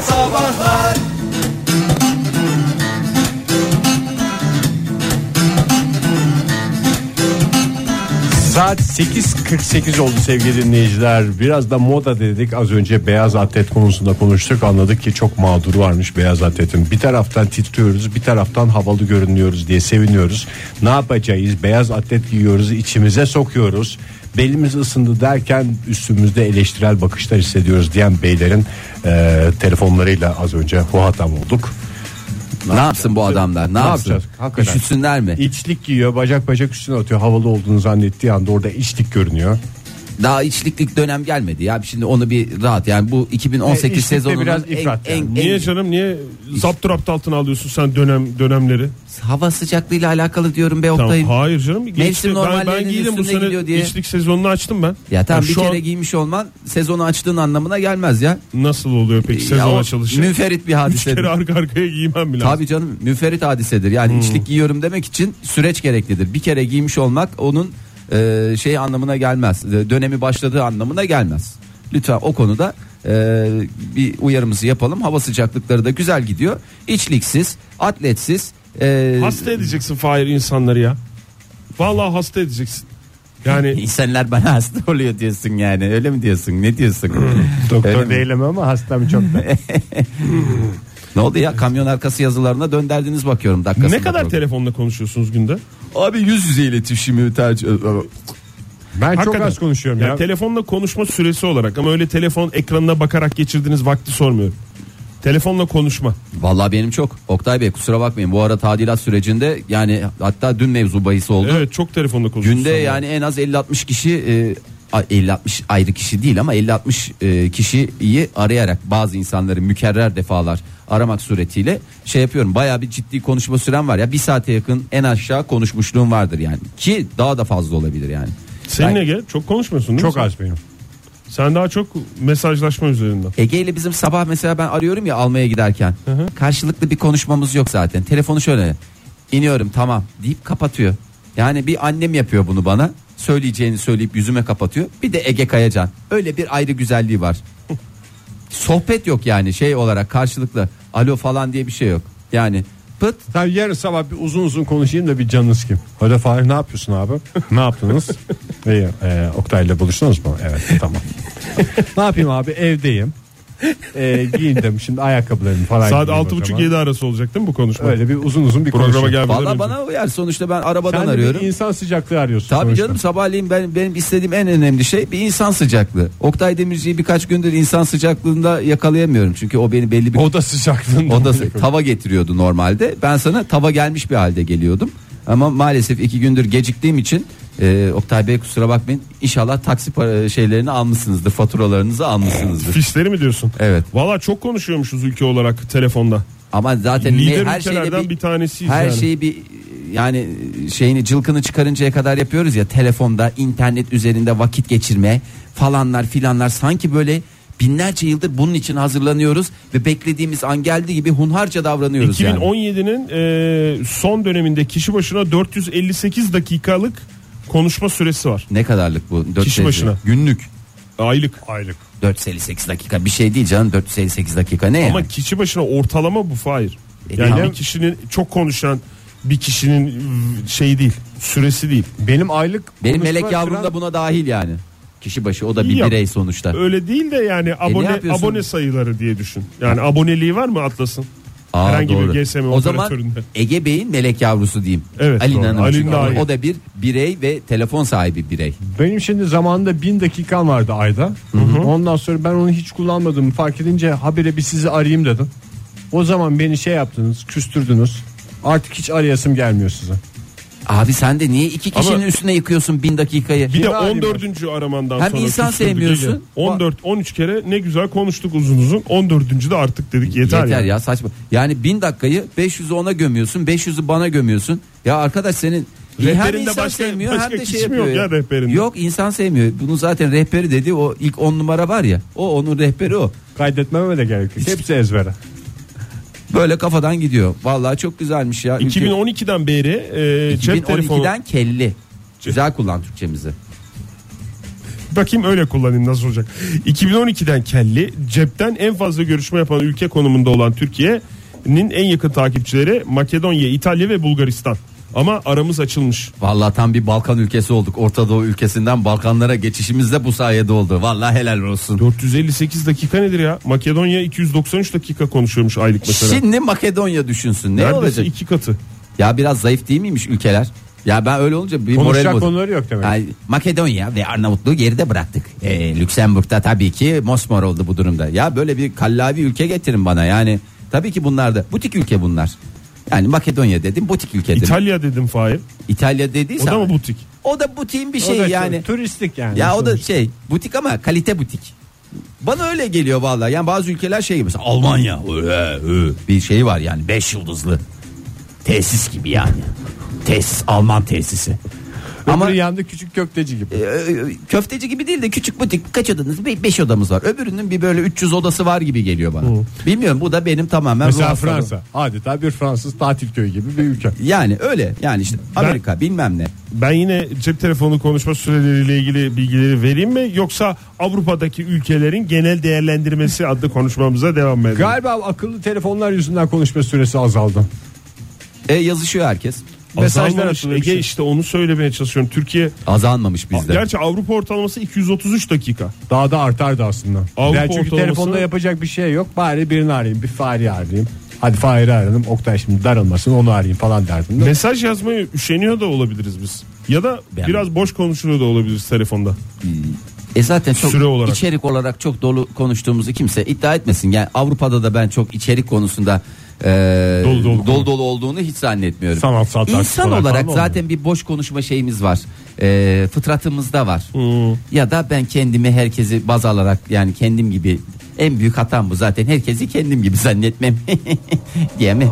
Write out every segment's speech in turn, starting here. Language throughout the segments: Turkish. sabahlar Saat 8.48 oldu sevgili dinleyiciler. Biraz da moda dedik. Az önce beyaz atlet konusunda konuştuk. Anladık ki çok mağduru varmış beyaz atletin. Bir taraftan titriyoruz, bir taraftan havalı görünüyoruz diye seviniyoruz. Ne yapacağız? Beyaz atlet giyiyoruz, içimize sokuyoruz. Belimiz ısındı derken üstümüzde eleştirel bakışlar hissediyoruz diyen beylerin eee, telefonlarıyla az önce muhatap olduk. Ne yapsın bu adamlar? Ne, Ne yapsın? yapacağız? Hakikaten. Üşütsünler mi? İçlik giyiyor, bacak bacak üstüne atıyor. Havalı olduğunu zannettiği anda orada içlik görünüyor. Daha içliklik dönem gelmedi ya. Şimdi onu bir rahat yani bu 2018 İçlikte sezonunun biraz en, ifrat en- yani. en- Niye canım niye zapturapt altına alıyorsun sen dönem dönemleri? hava sıcaklığıyla alakalı diyorum be Tamam, Oktay'ım. hayır canım. Geçti. Ben, ben normallerinin giydim bu üstüne gidiyor sene diye. içlik sezonunu açtım ben. Ya tamam Yani bir şu kere an giymiş olman sezonu açtığın anlamına gelmez ya. nasıl oluyor peki sezon Ya o açılışı? Münferit bir Üç hadisedir. kere arka arkaya giymem bile. Tabii canım münferit hadisedir. Hmm. Yani içlik giyiyorum demek için süreç gereklidir. Bir kere giymiş olmak onun e, şey anlamına gelmez. E, dönemi başladığı anlamına gelmez. Lütfen o konuda e, bir uyarımızı yapalım. Hava sıcaklıkları da güzel gidiyor. İçliksiz, atletsiz. E, Hasta edeceksin Fahir insanları ya. Vallahi hasta edeceksin. Yani İnsanlar bana hasta oluyor diyorsun yani. Öyle mi diyorsun? Ne diyorsun? Hmm. Öyle mi? Doktor değilim ama hastam çok da. Ne oldu ya? Kamyon arkası yazılarına dönderdiniz bakıyorum dakikasında. ne kadar program. telefonla konuşuyorsunuz günde? Abi yüz yüze iletişimi tercih Ben çok Hakikaten. az konuşuyorum Yani ya. telefonla konuşma süresi olarak ama öyle telefon ekranına bakarak geçirdiğiniz vakti sormuyorum. Telefonla konuşma. Vallahi benim çok. Oktay Bey kusura bakmayın. Bu ara tadilat sürecinde yani hatta dün mevzu bahis oldu. Evet çok telefonla konuşuyorsun. Günde yani en az 50-60 kişi e, a- 50-60 ayrı kişi değil ama 50-60 e, kişiyi arayarak bazı insanları mükerrer defalar aramak suretiyle şey yapıyorum. Bayağı bir ciddi konuşma süren var ya. Bir saate yakın en aşağı konuşmuşluğum vardır yani. Ki daha da fazla olabilir yani. Senin Ben- Ege çok konuşmuyorsun değil mi Çok sen? az benim. Sen daha çok mesajlaşma üzerinden. Ege ile bizim sabah mesela ben arıyorum ya almaya giderken. Karşılıklı bir konuşmamız yok zaten. Telefonu şöyle iniyorum tamam deyip kapatıyor. Yani bir annem yapıyor bunu bana. Söyleyeceğini söyleyip yüzüme kapatıyor. Bir de Ege Kayacan. Öyle bir ayrı güzelliği var. Sohbet yok yani şey olarak karşılıklı alo falan diye bir şey yok. Yani pıt Tamam yarın sabah bir uzun uzun konuşayım da bir canınız kim? Hadi Fahir ne yapıyorsun abi? ne yaptınız? İyi, e, Oktay'la buluştunuz mu? Evet tamam. ne yapayım abi evdeyim. E, giyindim şimdi ayakkabılarımı falan. Saat giyeyim o zaman. 6.30-7 arası olacak değil mi bu konuşma? Öyle bir uzun uzun bir Programa konuşayım. gelmeden valla önce. bana uyar sonuçta ben arabadan Sen de arıyorum. bir insan sıcaklığı arıyorsun. Tabii sonuçta. canım sabahleyin ben, benim istediğim en önemli şey bir insan sıcaklığı. Oktay Demirci'yi birkaç gündür insan sıcaklığında yakalayamıyorum. Çünkü o beni belli bir Oda sıcaklığında. odası tava getiriyordu normalde. Ben sana tava gelmiş bir halde geliyordum. Ama maalesef iki gündür geciktiğim için e, Oktay Bey kusura bakmayın. İnşallah taksi para- şeylerini almışsınızdır. Faturalarınızı almışsınızdır. Fişleri mi diyorsun? Evet. Valla çok konuşuyormuşuz ülke olarak telefonda. Ama zaten ne- Lider her şeyde ülkelerden bir, bir, tanesiyiz her yani. şeyi bir yani şeyini cılkını çıkarıncaya kadar yapıyoruz ya telefonda internet üzerinde vakit geçirme falanlar filanlar sanki böyle binlerce yıldır bunun için hazırlanıyoruz ve beklediğimiz an geldiği gibi hunharca davranıyoruz yani. 2017'nin e, son döneminde kişi başına 458 dakikalık konuşma süresi var. Ne kadarlık bu? 4 Kişi başına. Günlük. Aylık. Aylık. 458 dakika bir şey değil canım 458 dakika ne Ama yani? kişi başına ortalama bu Fahir. E, Yani tamam. bir kişinin çok konuşan bir kişinin mm, şey değil, süresi değil. Benim aylık Benim konuşma melek yavrum süren- da buna dahil yani. Kişi başı o da bir İyi yap- birey sonuçta. Öyle değil de yani abone E, yapıyorsun? abone sayıları diye düşün. Yani aboneliği var mı Atlas'ın? Aa, Herhangi doğru. bir GSM O zaman operatöründe. Ege Bey'in melek yavrusu diyeyim. Evet, Ali doğru. İnanır. Ali Çünkü İnanır. o da bir birey ve telefon sahibi birey. Benim şimdi zamanında bin dakikam vardı ayda. Ondan sonra ben onu hiç kullanmadım. Fark edince habire bir sizi arayayım dedim. O zaman beni şey yaptınız, küstürdünüz. Artık hiç arayasım gelmiyor size. Abi sen de niye iki kişinin Ama- üstüne yıkıyorsun bin dakikayı? Bir de Yeni halim 14. aramandan Hem sonra insan küstürdük sevmiyorsun. Ege. 14 13 kere ne güzel konuştuk uzun uzun. 14. de artık dedik yeter, Yeter ya. ya saçma. Yani bin dakikayı 500'ü ona gömüyorsun 500'ü bana gömüyorsun. Ya arkadaş senin hem Rehberinde insan başka- sevmiyor başka hem de şey kişi mi yapıyor. yok ya rehberinde? Yok insan sevmiyor. Bunu zaten rehberi dedi o ilk 10 numara var ya. O onun rehberi o. Kaydetmeme de gerek yok. Hepsi ezbere. Böyle kafadan gidiyor. Vallahi çok güzelmiş ya. Ülke- 2012'den beri e, cep telefonu 2012'den kelli. Güzel kullan Türkçemizi. Bakayım öyle kullanayım nasıl olacak. 2012'den kelli cepten en fazla görüşme yapan ülke konumunda olan Türkiye'nin en yakın takipçileri Makedonya, İtalya ve Bulgaristan. Ama aramız açılmış. Vallahi tam bir Balkan ülkesi olduk. Orta Doğu ülkesinden Balkanlara geçişimiz de bu sayede oldu. Vallahi helal olsun. 458 dakika nedir ya? Makedonya 293 dakika konuşuyormuş aylık mesela. Şimdi Makedonya düşünsün. Ne Neredeyse olacak? iki katı. Ya biraz zayıf değil miymiş ülkeler? Ya ben öyle olunca bir moral Konuşacak bozuk. konuları yok demek. Yani Makedonya ve Arnavutluğu geride bıraktık. Ee, Lüksemburg'da tabii ki mosmor oldu bu durumda. Ya böyle bir kallavi ülke getirin bana yani. Tabii ki bunlar da butik ülke bunlar. Yani Makedonya dedim butik ülke dedim. İtalya dedim Fahir. İtalya O dediysen. da mı butik? O da butiğin bir O şeyi da yani. Turistik yani. Ya o da sonuçta. şey butik ama kalite butik. Bana öyle geliyor vallahi. Yani bazı ülkeler şey gibi mesela Almanya öyle, öyle. bir şey var yani 5 yıldızlı tesis gibi yani. Tesis Alman tesisi. Ama Öbürü yandı küçük köfteci gibi. e, köfteci gibi değil de küçük butik kaç odanız? 5 odamız var. Öbürünün bir böyle 300 odası var gibi geliyor bana. Hmm. Bilmiyorum bu da benim tamamen Mesela ruh hastalığım. Fransa. Adeta bir Fransız tatil köyü gibi bir ülke. Yani öyle yani işte Amerika bilmem ne. Ben yine cep telefonu konuşma süreleriyle ilgili bilgileri vereyim mi? Yoksa Avrupa'daki ülkelerin genel değerlendirmesi adlı konuşmamıza devam mı edelim? Galiba akıllı telefonlar yüzünden konuşma süresi azaldı. E, yazışıyor herkes. Mesajlar Azalmamış. atılıyor. bir Ege şey. işte onu söylemeye çalışıyorum. Türkiye Azalmamış bizde. gerçi Avrupa ortalaması 233 dakika. Daha da artardı aslında. Avrupa yani çünkü ortalaması- telefonda yapacak bir şey yok. Bari birini arayayım. Bir Fahri arayayım. Hadi Fahri arayalım. Oktay şimdi darılmasın onu arayayım falan derdim. de. Mesaj yazmayı üşeniyor da olabiliriz biz. Ya da Ben- biraz boş konuşuluyor da olabiliriz telefonda. E zaten çok Süre olarak. içerik olarak çok dolu konuştuğumuzu kimse iddia etmesin. Yani Avrupa'da da ben çok içerik konusunda e, Dolu dolu, dolu dolu, olduğunu hiç zannetmiyorum. Sanatsal tartışmalar İnsan falan olarak olmuyor. zaten bir boş konuşma şeyimiz var. E, fıtratımızda var. Hmm. Ya da ben kendimi herkesi baz alarak yani kendim gibi en büyük hatam bu zaten. Herkesi kendim gibi zannetmem. Diyemem.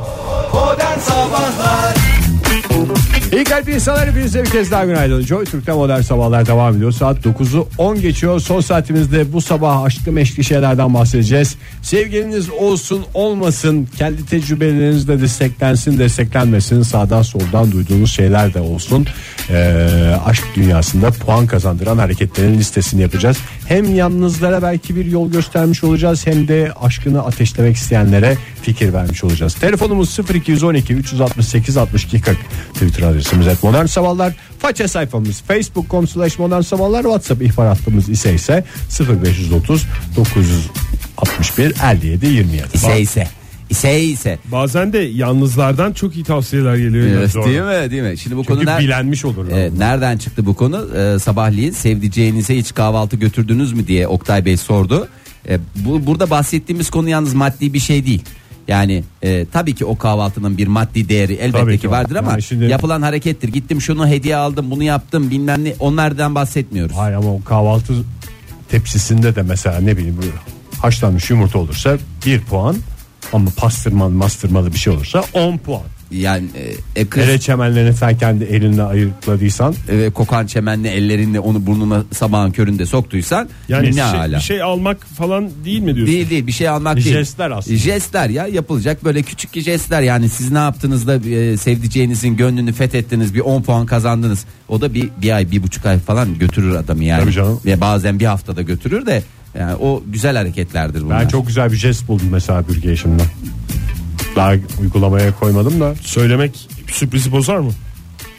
İyi kalp insanlar hepinize bir kez daha günaydın. Joy Türk'te modern sabahlar devam ediyor. Saat 9'u 10 geçiyor. Son saatimizde bu sabah aşkı meşki şeylerden bahsedeceğiz. Sevgiliniz olsun olmasın kendi tecrübelerinizle desteklensin desteklenmesin sağdan soldan duyduğunuz şeyler de olsun. Ee, aşk dünyasında puan kazandıran hareketlerin listesini yapacağız. Hem yalnızlara belki bir yol göstermiş olacağız hem de aşkını ateşlemek isteyenlere fikir vermiş olacağız. Telefonumuz 0212 368 62 40. Twitter adresimiz et modern sabahlar. Faça sayfamız facebook.com slash modern sabahlar. Whatsapp ihbar hattımız ise ise 0530 961 57 27. İse ise. İse ise. Bazen de yalnızlardan çok iyi tavsiyeler geliyor. Evet, Zor. değil mi? Değil mi? Şimdi bu Çünkü konuda bilenmiş olur. Ee, nereden çıktı bu konu? Ee, sabahleyin sevdiceğinize hiç kahvaltı götürdünüz mü diye Oktay Bey sordu. Ee, bu burada bahsettiğimiz konu yalnız maddi bir şey değil. Yani e, tabii ki o kahvaltının bir maddi değeri Tabii elbette ki ki var. vardır ama Yani şimdi- yapılan harekettir. Gittim şunu hediye aldım, bunu yaptım, bilmem ne onlardan bahsetmiyoruz. Hayır ama o kahvaltı tepsisinde de mesela ne bileyim böyle haşlanmış yumurta olursa 1 puan ama pastırmalı mastırmalı bir şey olursa 10 puan. Yani e, e, kız Kere çemenlerini sen kendi elinle ayıkladıysan e, kokan çemenle ellerinle onu burnuna sabahın köründe soktuysan Yani ne şey, ala. bir şey almak falan değil mi diyorsun? Değil değil bir şey almak değil. Jestler aslında. Jestler ya yapılacak böyle küçük jestler yani siz ne yaptınız da e, sevdiceğinizin gönlünü fethettiniz bir 10 puan kazandınız. O da bir, bir ay bir buçuk ay falan götürür adamı yani. Tabii canım. Ve bazen bir haftada götürür de yani o güzel hareketlerdir bunlar. ben çok güzel bir jest buldum mesela bürgeye şimdi. Daha uygulamaya koymadım da. Söylemek sürprizi bozar mı?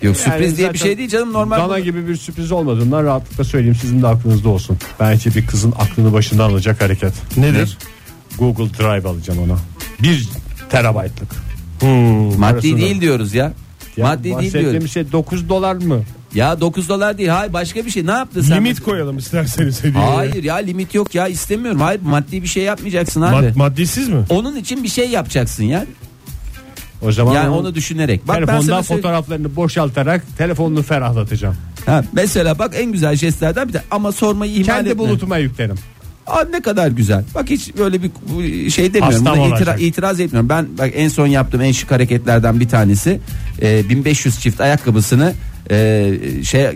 Yok sürpriz Yani diye bir zaten şey değil canım normal. Dana gibi bir sürpriz olmadığından rahatlıkla söyleyeyim sizin de aklınızda olsun. Belki bir kızın aklını başından alacak hareket. Nedir? Google Drive alacağım ona. 1 terabaytlık. Maddi Hmm. arasında. değil diyoruz ya. Ya Maddi değil bahsettiğim diyoruz. şey 9 dolar mı? Ya 9 dolar değil. Hayır başka bir şey. Ne yaptın sen? Limit koyalım isterseniz hediyeye. Hayır ya limit yok ya istemiyorum. Hayır maddi bir şey yapmayacaksın abi. Mad- maddisiz mi? Onun için bir şey yapacaksın ya. O zaman Yani onun onu düşünerek. Bak ben telefondan sana söyleyeyim. fotoğraflarını boşaltarak telefonunu ferahlatacağım. Ha, mesela bak en güzel jestlerden bir de ama sormayı ihmal Kendi etme. bulutuma yüklerim. Aa, ne kadar güzel. Bak hiç böyle bir bu- şey demiyorum. Hastam Buna itira- olacak. itiraz etmiyorum. Ben bak en son yaptığım en şık hareketlerden bir tanesi e, 1500 çift ayakkabısını e, şey e,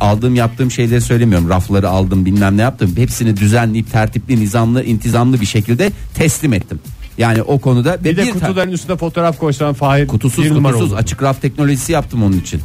aldığım yaptığım şeyleri söylemiyorum. Rafları aldım bilmem ne yaptım. Hepsini düzenleyip tertipli nizamlı intizamlı bir şekilde teslim ettim. Yani o konuda ve Bir, de ta- kutuların üstüne fotoğraf koysan Fahir Kutusuz bir numara kutusuz olur. açık raf teknolojisi yaptım onun için.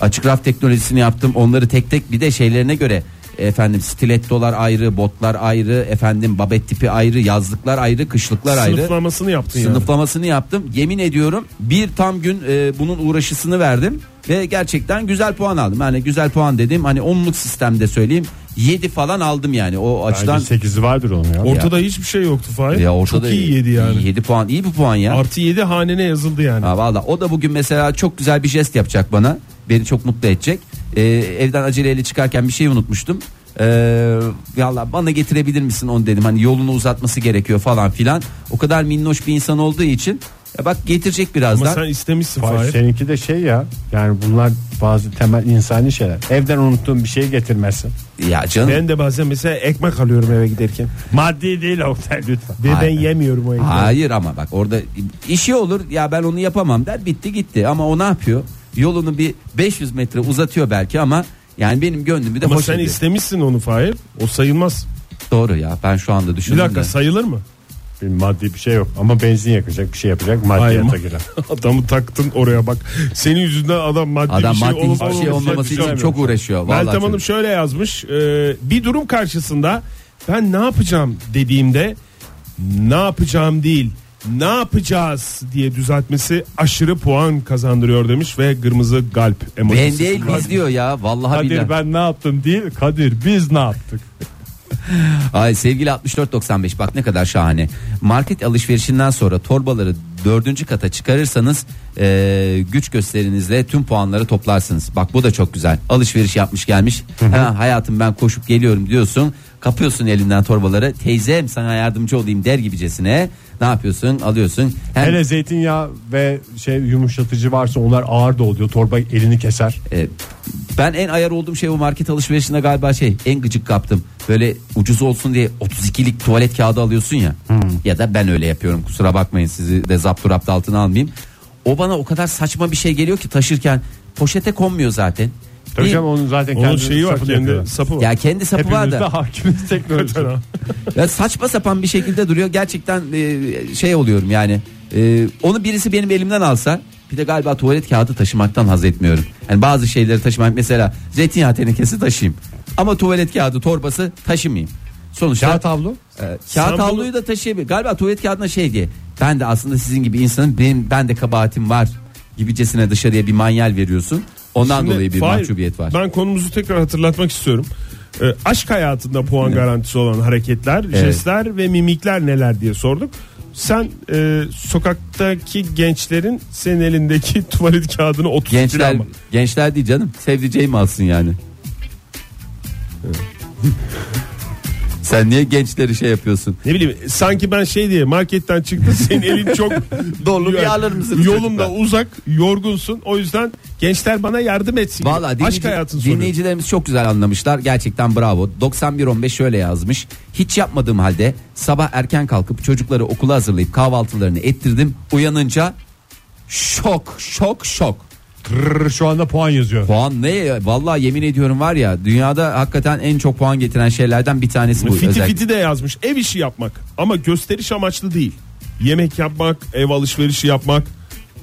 Açık raf teknolojisini yaptım. Onları tek tek bir de şeylerine göre efendim stilettolar ayrı, botlar ayrı, efendim babet tipi ayrı, yazlıklar ayrı, kışlıklar ayrı. Sınıflamasını yaptın yani. Sınıflamasını yaptım. Yemin ediyorum bir tam gün e, bunun uğraşısını verdim ve gerçekten güzel puan aldım. Yani güzel puan dedim hani onluk sistemde söyleyeyim 7 falan aldım yani o açıdan. 8'i vardır onun ya. Ortada hiçbir şey yoktu Fahir. Ya ortada Çok iyi yedi yani. 7 puan iyi bir puan ya. Artı 7 hanene yazıldı yani. Ha, valla o da bugün mesela çok güzel bir jest yapacak bana. Beni çok mutlu edecek. Ee, evden aceleyle çıkarken bir şey unutmuştum. Ee, valla bana getirebilir misin onu dedim. Hani yolunu uzatması gerekiyor falan filan. O kadar minnoş bir insan olduğu için. Ya bak getirecek birazdan. Ama sen istemişsin Fahir, Fahir. Seninki de şey ya yani bunlar bazı temel insani şeyler. Evden unuttuğun bir şey getirmezsin. Ya canım. Ben de bazen mesela ekmek alıyorum eve giderken. Maddi değil Oktay lütfen. Ve ben Aynen. yemiyorum o ekmeği. Hayır ama bak orada işi olur ya ben onu yapamam der bitti gitti ama o ne yapıyor? Yolunu bir 500 metre uzatıyor belki ama yani benim gönlümü de Ama hoş sen ediyor. istemişsin onu Fahir. O sayılmaz. Doğru ya ben şu anda Bir düşündüm dakika de. sayılır mı? Bir maddi bir şey yok ama benzin yakacak bir şey yapacak Hayır. maddiyata girer. Adamı taktın oraya bak. Senin yüzünden adam maddi Adam bir şey, maddi olup hiçbir şey olmaması olmaması için bilmiyorum. çok uğraşıyor. Vallahi Meltem Hanım çok- şöyle yazmış. e, bir durum karşısında ben ne yapacağım dediğimde ne yapacağım değil ne yapacağız diye düzeltmesi aşırı puan kazandırıyor demiş ve kırmızı galp emojisi. Ben değil biz diyor ya vallahi billahi. Kadir ben ne yaptım değil Kadir biz ne yaptık. Ay sevgili 6495 bak ne kadar şahane. Market alışverişinden sonra torbaları dördüncü kata çıkarırsanız eee, güç gösterinizle tüm puanları toplarsınız. Bak bu da çok güzel. Alışveriş yapmış gelmiş. ha, hayatım ben koşup geliyorum diyorsun. Kapıyorsun elinden torbaları. Teyzem sana yardımcı olayım der gibicesine. Ne yapıyorsun? Alıyorsun. Hem, Hele zeytinyağı ve şey yumuşatıcı varsa onlar ağır da oluyor. Torba elini keser. e, ben en ayar olduğum şey o market alışverişinde galiba şey en gıcık kaptım. Böyle ucuz olsun diye 32'lik tuvalet kağıdı alıyorsun ya. Hmm. Ya da ben öyle yapıyorum kusura bakmayın sizi de zapturapt altına almayayım. O bana o kadar saçma bir şey geliyor ki taşırken poşete konmuyor zaten. Tabii Bir- canım onun zaten Onun kendi şeyi var sapını kendi yapıyor. sapı var. ya kendi sapı var Hepimiz de da hakimiz teknoloji. ya saçma sapan bir şekilde duruyor. Gerçekten e, şey oluyorum yani. E, onu birisi benim elimden alsa bir de galiba tuvalet kağıdı taşımaktan haz etmiyorum. Yani bazı şeyleri taşımak mesela zeytinyağı tenekesi taşıyayım. Ama tuvalet kağıdı torbası taşımayayım. Sonuçta Kağıt havlu. e, kağıt Sen havluyu da taşıyabilir. Galiba tuvalet kağıdına şey diye. Ben de aslında sizin gibi insanım. Benim ben de kabahatim var gibicesine dışarıya bir manyel veriyorsun. Ondan Şimdi dolayı bir Fahir, mahcubiyet var. Ben konumuzu tekrar hatırlatmak istiyorum. E, aşk hayatında puan garantisi olan hareketler, jestler ve mimikler neler diye sorduk. Sen e, sokaktaki gençlerin senin elindeki tuvalet kağıdını 30 Gençler lira mı? gençler değil canım. Sevdiceğim alsın yani. Sen niye gençleri şey yapıyorsun? Ne bileyim sanki ben şey diye marketten çıktın senin elin çok Dolu bir alır mısınız Yolumda çocuklar? uzak, yorgunsun. O yüzden gençler bana yardım etsin. diye. Valla aşk hayatını soruyor. dinleyicilerimiz çok güzel anlamışlar. Gerçekten bravo. 9115 şöyle yazmış. Hiç yapmadığım halde sabah erken kalkıp çocukları okula hazırlayıp kahvaltılarını ettirdim. Uyanınca şok şok şok. Trrr, şu anda puan yazıyor. Puan ne? ya? Vallahi yemin ediyorum var ya dünyada hakikaten en çok puan getiren şeylerden bir tanesi bu. fiti özellikle. fiti de yazmış. Ev işi yapmak ama gösteriş amaçlı değil. Yemek yapmak, ev alışverişi yapmak.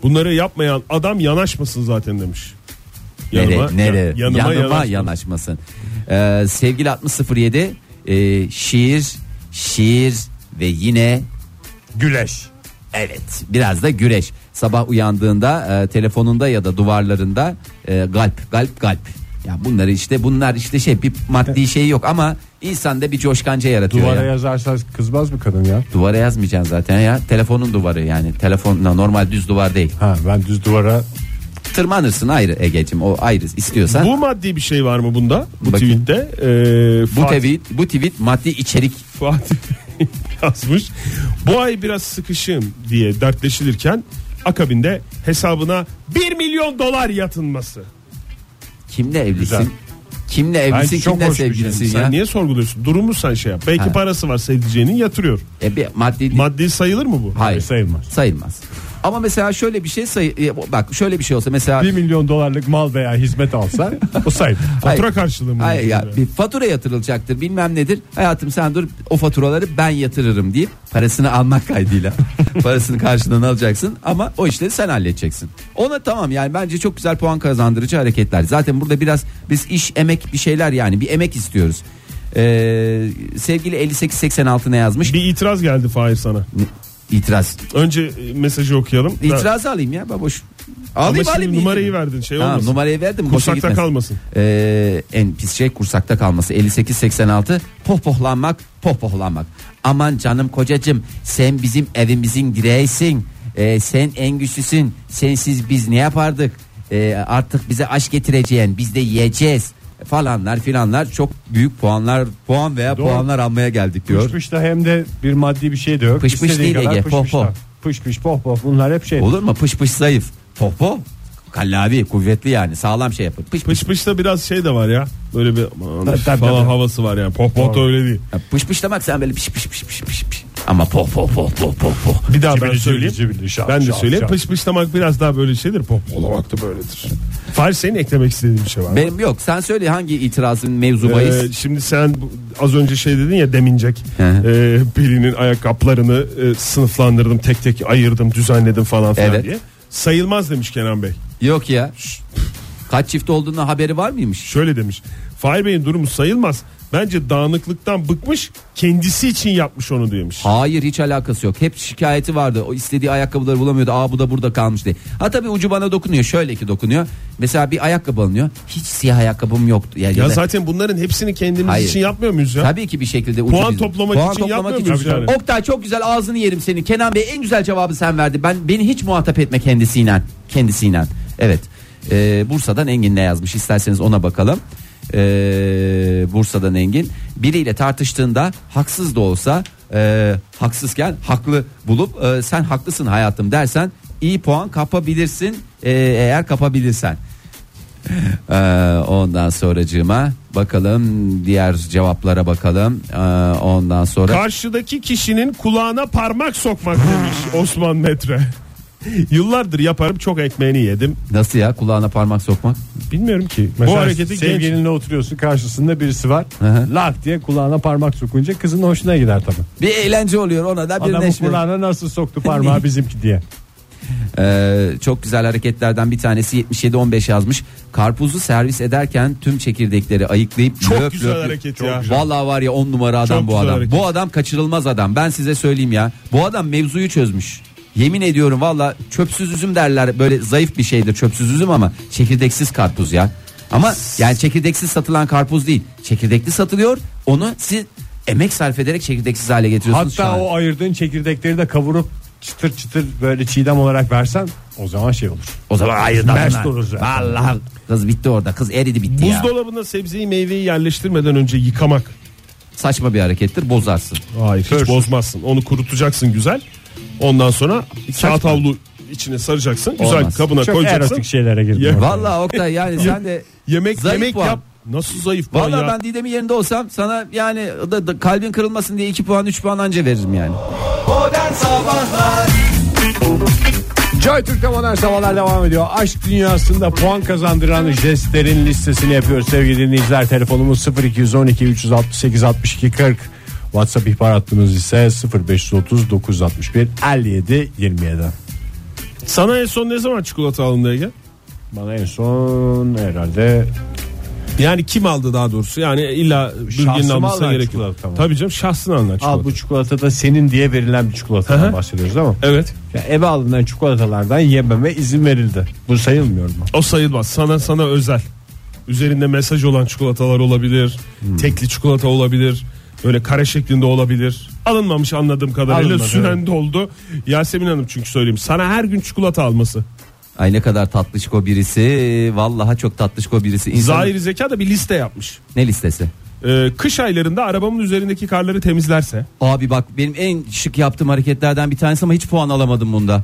Bunları yapmayan adam yanaşmasın zaten demiş. Nere, nere? ya- Yanıma, yanaşma. yanaşmasın. Ee, sevgili 6007 e, şiir, şiir ve yine Güleş. evet biraz da güreş. Sabah uyandığında e, telefonunda ya da duvarlarında e, galp galp galp. Ya bunları işte bunlar işte şey bir maddi şey yok ama insanda bir coşkanca yaratıyor. Duvara ya. yazarsan kızmaz mı kadın ya? Duvara yazmayacaksın zaten ya. Telefonun duvarı yani. Telefonla normal düz duvar değil. Ha ben düz duvara Tırmanırsın ayrı Ege'cim o ayrı istiyorsan. Bu maddi bir şey var mı bunda? Bu Bakayım. tweette. Ee, bu Fatih- tweet, bu tweet maddi içerik Fatih yazmış. Bu ay biraz sıkışım diye dertleşilirken akabinde hesabına 1 milyon dolar yatınması. Kimle evlisin? Güzel. Kimle Bence evlisin? çok Kimle hoş bir şey. sevgilisin Sen ya? niye sorguluyorsun? Durumu sen şey yap. Belki Ha. parası var sevdiceğinin yatırıyor. E bir maddi Maddi sayılır mı bu? Hayır. sayılmaz. Sayılmaz. Ama mesela şöyle bir şey sayı e, bak şöyle bir şey olsa mesela 1 milyon dolarlık mal veya hizmet alsa o sayılır. Fatura Hayır. karşılığı mı? Hayır ya Yani? bir fatura yatırılacaktır bilmem nedir. Hayatım sen dur o faturaları ben yatırırım deyip parasını almak kaydıyla. parasını karşılığını alacaksın ama o işleri sen halledeceksin. Ona tamam yani bence çok güzel puan kazandırıcı hareketler. Zaten burada biraz biz iş emek bir şeyler yani bir emek istiyoruz. Ee, sevgili 5886 ne yazmış? Bir itiraz geldi Fahir sana. İtiraz. Önce e, mesajı okuyalım. Da- İtirazı alayım ya baboş. Ama Alayım alayım. şimdi numarayı yedim. verdin şey Tamam olmasın. numarayı verdim. boşa Kursakta gitmesin. kalmasın. Ee, en pis şey kursakta kalması 58-86 pohpohlanmak pohpohlanmak aman canım kocacım sen bizim evimizin direğisin Ee, sen en güçlüsün sensiz biz ne yapardık Ee, artık bize aş getireceğin biz de yiyeceğiz falanlar filanlar çok büyük puanlar puan veya Doğru. puanlar almaya geldik diyor. Pış pış da hem de bir maddi bir şey de yok. Pış pış İstediğin değil kadar Ege, pış poh pış da. poh. Pış pış poh poh bunlar hep şey. Olur mu pış pış zayıf pohpoh kallavi kuvvetli yani sağlam şey yapın pış pış, Pış pışta biraz şey de var ya. Böyle bir aman Tabii, tabii, falan tabii. havası var yani. Poh poh da öyle değil. Ya pış pışlamak sen böyle piş piş piş piş piş piş ama poh poh poh poh poh poh. Bir daha ben Cibili söyleyeyim. cibili cibili şap ben de şap söyleyeyim. şap. Pış pışlamak biraz daha böyle şeydir. Poh pohlamak da böyledir. Fahir senin eklemek istediğin bir şey var mı? Benim yok. Sen söyle hangi itirazın mevzu bahis? Ee, şimdi sen bu- az önce şey dedin ya demincek. Hı hı. Ee, Pelin'in ayakkabılarını e, sınıflandırdım, tek tek ayırdım, düzenledim falan filan Evet. diye. Sayılmaz demiş Kenan Bey. Yok ya. Kaç çift olduğuna haberi var mıymış? Şöyle demiş. Fahir Bey'in durumu sayılmaz. Bence dağınıklıktan bıkmış, kendisi için yapmış onu demiş. Hayır hiç alakası yok. Hep şikayeti vardı. O istediği ayakkabıları bulamıyordu. Aa bu da burada kalmış diye. Ha tabii ucu bana dokunuyor. Şöyle ki dokunuyor. Mesela bir ayakkabı alınıyor. Hiç siyah ayakkabım yoktu. Yani Ya zaten bunların hepsini kendimiz Hayır. için yapmıyor muyuz ya? Tabii ki bir şekilde ucu Puan bizim. toplamak için yapmıyor muyuz yani? Oktay çok güzel ağzını yerim senin. Kenan Bey en güzel cevabı sen verdi. Ben beni hiç muhatap etme kendisiyle. Kendisiyle. Evet. Ee, Bursa'dan Engin ne yazmış? İsterseniz ona bakalım. Ee, Bursa'dan Engin biriyle tartıştığında haksız da olsa e, haksızken haklı bulup e, sen haklısın hayatım dersen iyi puan kapabilirsin e, eğer kapabilirsen. Ee, ondan sonracığıma bakalım diğer cevaplara bakalım. Ee, ondan sonra Karşıdaki kişinin kulağına parmak sokmak demiş Osman Metre. Yıllardır yaparım çok ekmeğini yedim. nasıl ya kulağına parmak sokmak? Bilmiyorum ki. Mesela bu hareketi genç sevgilinle oturuyorsun karşısında birisi var. hı. Lak diye kulağına parmak sokunca kızın hoşuna gider tabii. Bir eğlence oluyor ona da bir Adamın neşve. kulağına nasıl soktu parmağı bizimki diye. Ee, çok güzel hareketlerden bir tanesi 77-15 yazmış. Karpuzu servis ederken tüm çekirdekleri ayıklayıp Çok löp güzel löp- hareket Çok ya. güzel. Vallahi var ya 10 numara adam Çok bu güzel adam. hareket. Bu adam kaçırılmaz adam. Ben size söyleyeyim ya. Bu adam mevzuyu çözmüş. Yemin ediyorum valla çöpsüz üzüm derler. Böyle zayıf bir şeydir çöpsüz üzüm ama çekirdeksiz karpuz ya. Ama yani çekirdeksiz satılan karpuz değil. Çekirdekli satılıyor. Onu siz emek sarf ederek çekirdeksiz hale getiriyorsunuz. Hatta Şahane. o ayırdığın çekirdekleri de kavurup çıtır çıtır böyle çiğdem olarak versen o zaman şey olur. o zaman hayır Mest olur zaten. Vallahi kız bitti orada. Kız eridi bitti ya. Buzdolabına sebzeyi meyveyi yerleştirmeden önce yıkamak. Saçma bir harekettir. Bozarsın. Hayır hiç First. bozmazsın. Onu kurutacaksın güzel. Ondan sonra kağıt havlu içine saracaksın. Güzel Olmaz. kabına Çok koyacaksın. erotik şeylere Ye- girdin. Vallahi Oktay yani sen de Yemek Zayıf yemek puan. yap. Nasıl zayıf puan Vallahi ya? ben Didem'in yerinde olsam sana yani da, da- kalbin kırılmasın diye 2 puan 3 puan anca veririm yani. Joy Türk'te modern sabahlar devam ediyor. Aşk dünyasında puan kazandıran jestlerin listesini yapıyoruz sevgili dinleyiciler. Telefonumuz 0212 368 62 40. WhatsApp ihbar hattımız ise 0530 961 57 27. Sana en son ne zaman çikolata alındı Ege? Bana en son herhalde Yani kim aldı daha doğrusu? Yani illa bölgenin Şahsıma almasına alınan gerek yok. çikolata, tamam. Tabii canım şahsına alınan çikolata. al bu çikolata da senin diye verilen bir Hı çikolatadan hı. bahsediyoruz ama Evet. ya eve alınan çikolatalardan yememe izin verildi. Bu sayılmıyor mu? O sayılmaz. Sana sana özel. Üzerinde mesaj olan çikolatalar olabilir. Hmm. Tekli çikolata olabilir. Böyle kare şeklinde olabilir. Alınmamış anladığım kadarıyla Alınmadı, sünen doldu. Yasemin Hanım çünkü söyleyeyim. Sana her gün çikolata alması. Ay ne kadar tatlışko birisi. Vallahi çok tatlışko birisi. İnsanın Zahir Zeka da bir liste yapmış. ne listesi? Ee, kış aylarında arabamın üzerindeki karları temizlerse. Abi bak benim en şık yaptığım hareketlerden bir tanesi ama hiç puan alamadım bunda.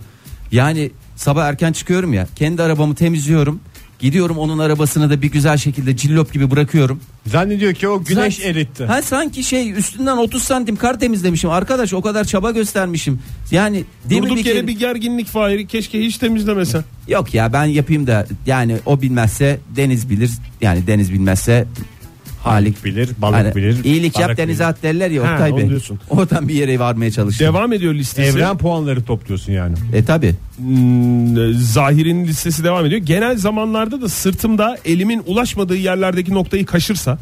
Yani sabah erken çıkıyorum ya. Kendi arabamı temizliyorum. Gidiyorum onun arabasını da bir güzel şekilde cillop gibi bırakıyorum. Zannediyor ki o güneş Sanki- eritti. Ha sanki şey üstünden 30 santim kar temizlemişim. Arkadaş o kadar çaba göstermişim. Yani demir Durduk bir yere kere- bir gerginlik Fahri keşke hiç temizlemesen. Yok ya ben yapayım da yani o bilmezse deniz bilir. Yani deniz bilmezse Halik bilir, balık Hani bilir. iyilik yap barak denize bilir. at derler ya Ha, Oktay onu Bey. diyorsun. Oradan bir yere varmaya çalıştım. Devam ediyor listesi. Evren puanları topluyorsun yani. E tabi. Hmm, Zahir'in listesi devam ediyor. Genel zamanlarda da sırtımda elimin ulaşmadığı yerlerdeki noktayı kaşırsa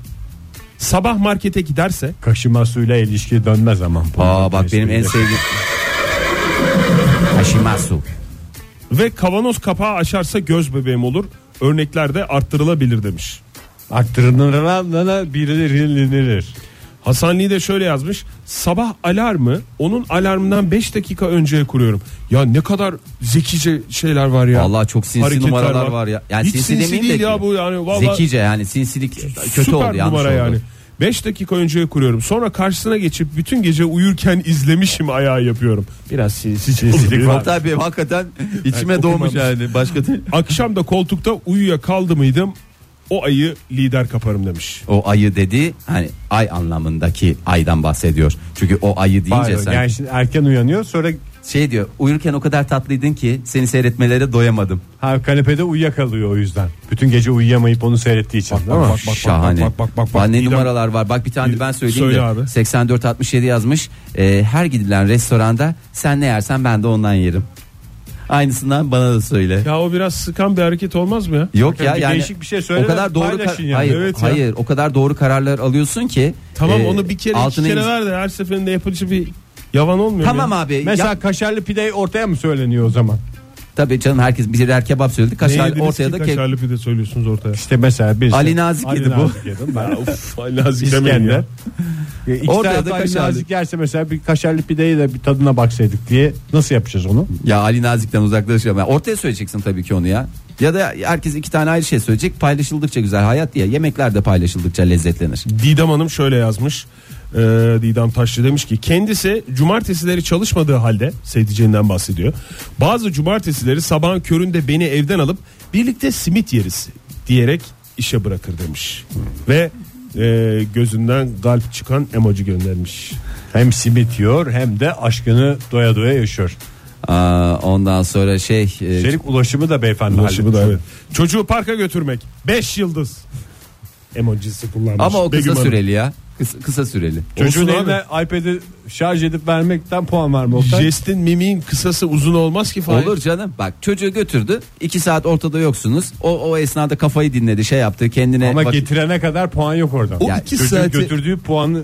sabah markete giderse Kaşıma suyla ilişki dönmez aman. Aa bak benim en Espriyle. sevdiğim. Kashimasu. ve kavanoz kapağı açarsa göz bebeğim olur. Örnekler de arttırılabilir demiş. Arttırılana birinilir. Hasanli de şöyle yazmış. Sabah alarmı onun alarmından 5 dakika önceye kuruyorum. Ya ne kadar zekice şeyler var ya. Vallahi çok sinsi Hareketler numaralar var. var ya. Yani Hiç sinsi, sinsi demeyeyim değil de ya bu yani. Vallahi Zekice yani sinsilik kötü süper oldu yanlış numara oldu. yani. 5 dakika önceye kuruyorum. Sonra karşısına geçip bütün gece uyurken izlemişim ayağı yapıyorum. Biraz sinsilik var. Oktay Bey hakikaten içime Yani doğmuş okumamış. yani. Başka değil. Akşam da koltukta uyuya kaldı mıydım? O ayı lider kaparım demiş. O ayı dedi hani ay anlamındaki aydan bahsediyor. Çünkü o ayı deyince Pardon, sen yani şimdi erken uyanıyor sonra şey diyor uyurken o kadar tatlıydın ki seni seyretmelere doyamadım. ha, kanepede uyuyakalıyor o yüzden. Bütün gece uyuyamayıp onu seyrettiği için. değil mi? Şahane. bak, bak, bak, bak. Bak ne İdam- numaralar var. Bak bir tane de ben söyleyeyim Söyle de. abi. 8467 yazmış. Ee, her gidilen restoranda sen ne yersen ben de ondan yerim. Aynısından bana da söyle. Ya o biraz sıkan bir hareket olmaz mı ya? Yok ya bir yani değişik bir şey söyle o kadar de doğru paylaşın kar- yani. hayır Evet ya. hayır o kadar doğru kararlar alıyorsun ki Tamam e, onu bir kere altına iki kere imz- ver de her seferinde yapıcı bir yavan olmuyor. Tamam ya. abi. Mesela yap- kaşarlı pideyi ortaya mı söyleniyor o zaman? tabii canım herkes birer kebap söyledi. Ne Kaşar yediniz ortaya ki da ke- kaşarlı pide söylüyorsunuz ortaya. İşte mesela bir Ali Nazik Ali yedi bu. Nazik yedim ben. Uf, ay nazik demeyin İskender. ya. E, İki Orada tarafta da Ali kaşarlı. Nazik yerse mesela bir kaşarlı pideyi de bir tadına baksaydık diye nasıl yapacağız onu? Ya Ali Nazik'ten uzaklaşıyorum. Yani ortaya söyleyeceksin tabii ki onu ya. Ya da herkes iki tane ayrı şey söyleyecek. Paylaşıldıkça güzel hayat diye. Yemekler de paylaşıldıkça lezzetlenir. Didem Hanım şöyle yazmış. Ee, Didem Taşçı demiş ki kendisi cumartesileri çalışmadığı halde sevdiceğinden bahsediyor. Bazı cumartesileri sabahın köründe beni evden alıp birlikte simit yeriz diyerek işe bırakır demiş. Ve e, gözünden galp çıkan emoji göndermiş. Hem simit yiyor hem de aşkını doya doya yaşıyor. Aa, ondan sonra şey... e, Üstelik ulaşımı da beyefendi Ulaşımı da halletmiş. evet. Çocuğu parka götürmek 5 yıldız emojisi kullanmış. ama o kısa Begüm Hanım. süreli ya. Kısa, kısa süreli. Çocuğun Olsun eline iPad'i şarj edip vermekten puan verme Oktay. Jestin mimiğin kısası uzun olmaz ki Fahir. Olur canım. Bak çocuğu götürdü. iki saat ortada yoksunuz. O, o esnada kafayı dinledi. Şey yaptı. Kendine... Ama vakit- getirene kadar puan yok orada. O Ya şey. iki Çocuğun saate götürdüğü puanı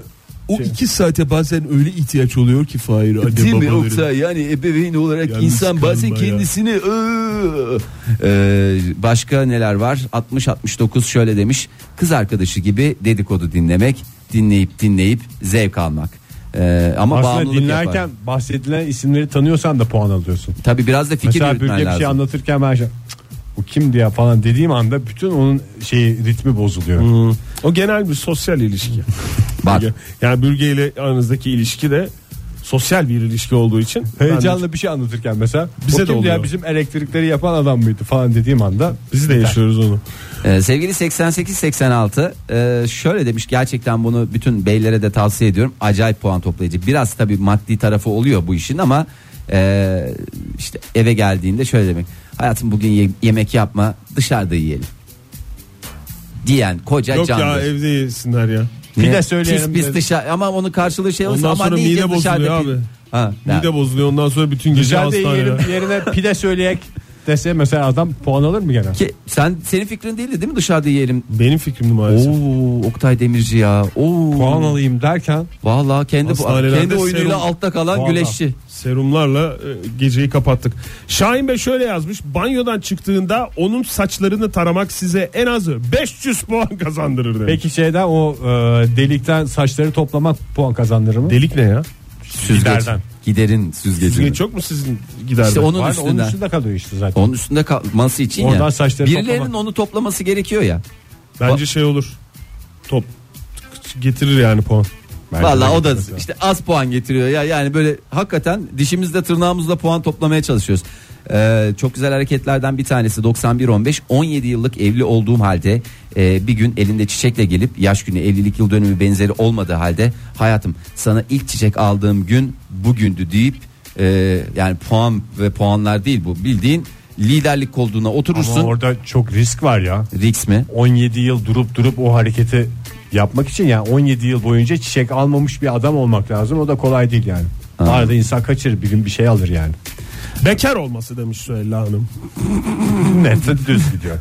o iki saate bazen öyle ihtiyaç oluyor ki Fahir anne Değil mi babaların. Oktay? Yani ebeveyn olarak Yalnız insan bazen kalma ya. kendisini ıı, Ee, başka neler var? 60 69 şöyle demiş. Kız arkadaşı gibi dedikodu dinlemek, dinleyip dinleyip zevk almak. Ee, ama aslında bağımlılık dinlerken yapar. bahsedilen isimleri tanıyorsan da puan alıyorsun. Tabii biraz da fikir Mesela yürütmen Bürge bir lazım. şey anlatırken ben şey, bu kimdi ya falan dediğim anda bütün onun şeyi ritmi bozuluyor. Hmm. O genel bir sosyal ilişki. Bak. Bürge- Yani bürge ile aranızdaki ilişki de sosyal bir ilişki olduğu için ben de- Heyecanlı bir şey anlatırken mesela Bize bize de o kimdi oluyor. ya bizim elektrikleri yapan adam mıydı falan dediğim anda biz de yaşıyoruz onu. Ee, sevgili 88-86 e, şöyle demiş gerçekten bunu bütün beylere de tavsiye ediyorum. Acayip puan toplayıcı. Biraz tabii maddi tarafı oluyor bu işin ama e, işte eve geldiğinde şöyle demek. Hayatım bugün ye- yemek yapma dışarıda yiyelim. Diyen koca Yok canlı. ya evde yesinler ya. Bir de söyleyelim Pis pis dedi. dışarı ama onun karşılığı şey olsa Ondan ama sonra ne yiyeceğiz mide bozuluyor dışarıda abi. pi- Ha, ya. Mide bozuluyor ondan sonra bütün gece güzel de hastanede. yerim yerine pide söyleyek dese mesela adam puan alır mı gene? Ki sen senin fikrin değildi değil mi dışarıda yiyelim? Benim fikrimdi maalesef. Oo Oktay Demirci ya. Oo. Puan alayım derken Vallahi kendi Hastanelerde kendi oyunuyla serum- altta kalan Vallahi. güleşçi. Serumlarla e, geceyi kapattık. Şahin Bey şöyle yazmış. Banyodan çıktığında onun saçlarını taramak size en az 500 puan kazandırır demiş. peki şeyden o e, delikten saçları toplamak puan kazandırır mı? Delik ne ya? Süzgeç. Giderden. Giderin süzgecini. Sizin çok mu sizin giderde? İşte onun Var, onun üstünden. üstünde kalıyor işte zaten. Onun üstünde kalması için Oradan ya. saçları Birilerinin toplamak. onu toplaması gerekiyor ya. Bence şey olur. Top getirir yani puan. Bence Vallahi de o da getirmez lazım. işte az puan getiriyor. Ya yani böyle hakikaten dişimizle tırnağımızla puan toplamaya çalışıyoruz. Ee, çok güzel hareketlerden bir tanesi 91-15 17 yıllık evli olduğum halde e, bir gün elinde çiçekle gelip yaş günü evlilik yıl dönümü benzeri olmadığı halde hayatım sana ilk çiçek aldığım gün bugündü deyip e, yani puan ve puanlar değil bu bildiğin liderlik koltuğuna Ama oturursun. orada çok risk var ya. Riks mi? 17 yıl durup durup o hareketi yapmak için yani 17 yıl boyunca çiçek almamış bir adam olmak lazım. O da kolay değil yani. Arada insan kaçırır bir gün bir şey alır yani. Bekar olması demiş Süheyla Hanım. Nefes düz gidiyor.